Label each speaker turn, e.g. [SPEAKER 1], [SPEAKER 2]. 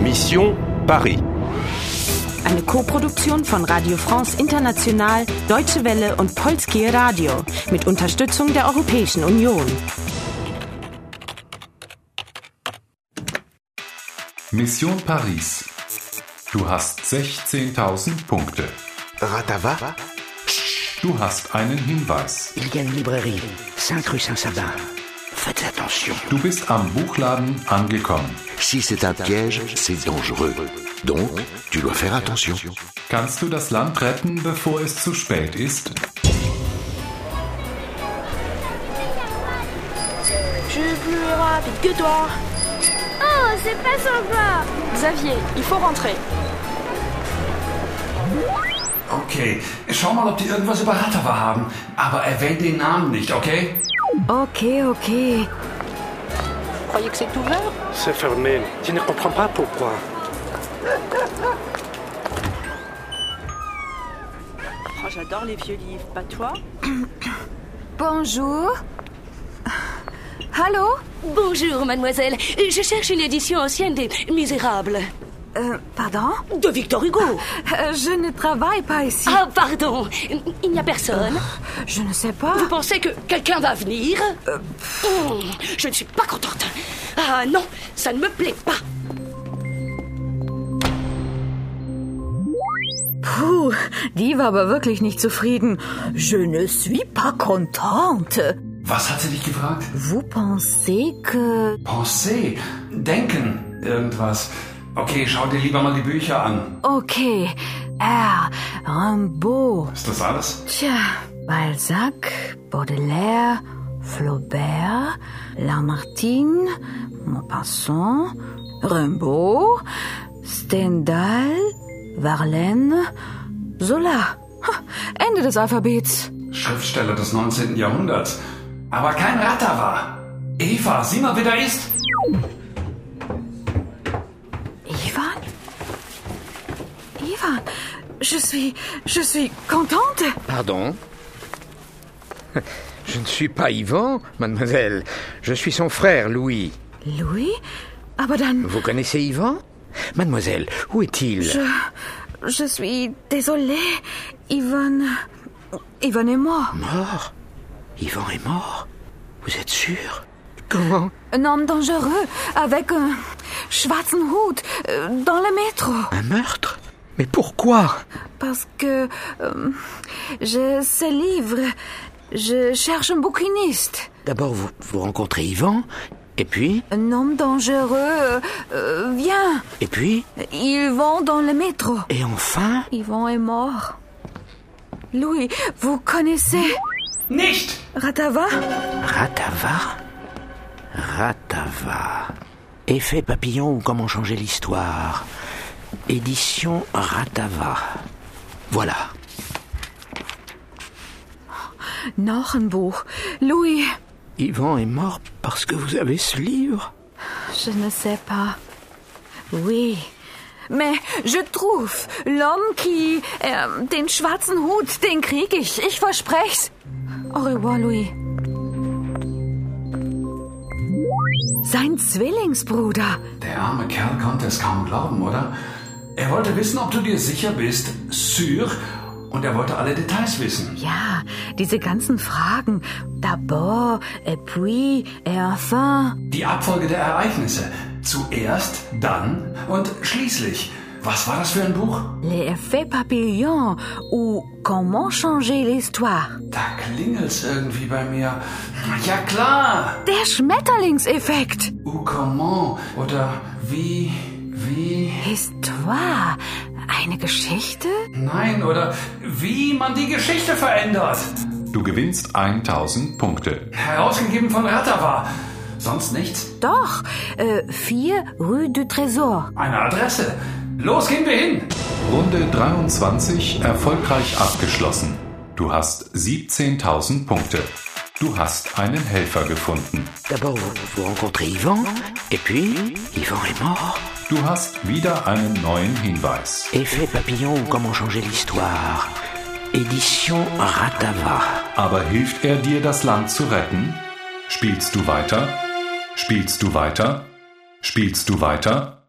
[SPEAKER 1] Mission Paris.
[SPEAKER 2] Eine Koproduktion von Radio France International, Deutsche Welle und Polskie Radio mit Unterstützung der Europäischen Union.
[SPEAKER 3] Mission Paris. Du hast 16.000 Punkte.
[SPEAKER 4] Ratava
[SPEAKER 3] Du hast einen Hinweis.
[SPEAKER 5] Il y a une librairie, 5 rue Saint-Sabin. Faites attention.
[SPEAKER 3] Du bist am Buchladen angekommen.
[SPEAKER 5] Si c'est un piège, c'est dangereux. Donc, tu dois faire attention.
[SPEAKER 3] Kannst du das Land retten, bevor es zu spät ist?
[SPEAKER 6] Je plus rapide que toi.
[SPEAKER 7] Oh, c'est pas sympa
[SPEAKER 6] Xavier, il faut rentrer.
[SPEAKER 8] Okay, schau mal, ob die irgendwas über Hatava haben. Aber erwähn den Namen nicht, okay?
[SPEAKER 9] Ok, ok.
[SPEAKER 6] Vous croyez que c'est ouvert
[SPEAKER 10] C'est fermé. Je ne comprends pas pourquoi.
[SPEAKER 6] Oh, J'adore les vieux livres, pas toi
[SPEAKER 9] Bonjour. Hallo?
[SPEAKER 7] Bonjour, mademoiselle. Je cherche une édition ancienne des Misérables.
[SPEAKER 9] Euh, pardon?
[SPEAKER 7] De Victor Hugo.
[SPEAKER 9] Euh, je ne travaille pas ici. Euh,
[SPEAKER 7] Ah, pardon. Il n'y a personne.
[SPEAKER 9] Je ne sais pas.
[SPEAKER 7] Vous pensez que quelqu'un va venir Hum, Je ne suis pas contente. Ah non, ça ne me plaît pas.
[SPEAKER 9] Puh, die war aber wirklich nicht zufrieden. Je ne suis pas contente.
[SPEAKER 8] Was hat sie dich gefragt?
[SPEAKER 9] Vous pensez que...
[SPEAKER 8] Pensée, denken, irgendwas. Okay, schau dir lieber mal die Bücher an.
[SPEAKER 9] Okay. R. Rimbaud.
[SPEAKER 8] Ist das alles?
[SPEAKER 9] Tja, Balzac, Baudelaire, Flaubert, Lamartine, Maupassant, Rimbaud, Stendhal, Verlaine, Zola. Ha, Ende des Alphabets.
[SPEAKER 8] Schriftsteller des 19. Jahrhunderts. Aber kein Rattava. Eva, sieh mal, wer da ist.
[SPEAKER 9] Ivan? Ivan, je suis, je suis contente.
[SPEAKER 11] Pardon Je ne suis pas Yvan, mademoiselle. Je suis son frère, Louis.
[SPEAKER 9] Louis? Aber dann...
[SPEAKER 11] Vous connaissez Yvan Mademoiselle, où est-il
[SPEAKER 9] Je, je suis désolée, Ivan. Ivan est mort.
[SPEAKER 11] Mort Yvan est mort Vous êtes sûr Comment
[SPEAKER 9] Un homme dangereux avec un schwarzen Hut euh, dans le métro.
[SPEAKER 11] Un meurtre Mais pourquoi
[SPEAKER 9] Parce que euh, je ce livre, je cherche un bouquiniste.
[SPEAKER 11] D'abord, vous, vous rencontrez Yvan, et puis,
[SPEAKER 9] Un homme dangereux euh, vient.
[SPEAKER 11] et puis,
[SPEAKER 9] Ils vont dans le métro.
[SPEAKER 11] et enfin
[SPEAKER 9] Yvan est mort. Louis, vous connaissez
[SPEAKER 8] Nicht!
[SPEAKER 9] Ratava
[SPEAKER 11] Ratava Ratava. Effet papillon ou comment changer l'histoire. Édition Ratava. Voilà.
[SPEAKER 9] Noch ein Buch. Louis,
[SPEAKER 11] Yvan est mort parce que vous avez ce livre
[SPEAKER 9] je ne sais pas. Oui. Mais je trouve l'homme qui ähm, den schwarzen Hut, den krieg ich. Ich versprech's. Au revoir, Louis. Sein Zwillingsbruder.
[SPEAKER 8] Der arme Kerl konnte es kaum glauben, oder? Er wollte wissen, ob du dir sicher bist, Sür, und er wollte alle Details wissen.
[SPEAKER 9] Ja, diese ganzen Fragen. D'abord, et puis, et enfin.
[SPEAKER 8] Die Abfolge der Ereignisse. Zuerst, dann und schließlich. Was war das für ein Buch?
[SPEAKER 9] Les effets papillons ou comment changer l'histoire.
[SPEAKER 8] Da klingelt's irgendwie bei mir. Ja klar!
[SPEAKER 9] Der Schmetterlingseffekt.
[SPEAKER 8] Ou comment? Oder wie? Wie?
[SPEAKER 9] Histoire. Eine Geschichte?
[SPEAKER 8] Nein, oder wie man die Geschichte verändert.
[SPEAKER 3] Du gewinnst 1000 Punkte.
[SPEAKER 8] Herausgegeben von Rattava. Sonst nichts?
[SPEAKER 9] Doch. Äh, 4 Rue du Trésor.
[SPEAKER 8] Eine Adresse. Los, gehen wir hin!
[SPEAKER 3] Runde 23 erfolgreich abgeschlossen. Du hast 17.000 Punkte. Du hast einen Helfer gefunden.
[SPEAKER 11] D'abord, vous, vous rencontrez Yvan, et puis Yvan est mort.
[SPEAKER 3] Du hast wieder einen neuen Hinweis.
[SPEAKER 11] Effet papillon ou comment changer l'histoire. Édition Ratava.
[SPEAKER 3] Aber hilft er dir, das Land zu retten? Spielst du weiter? Spielst du weiter? Spielst du weiter?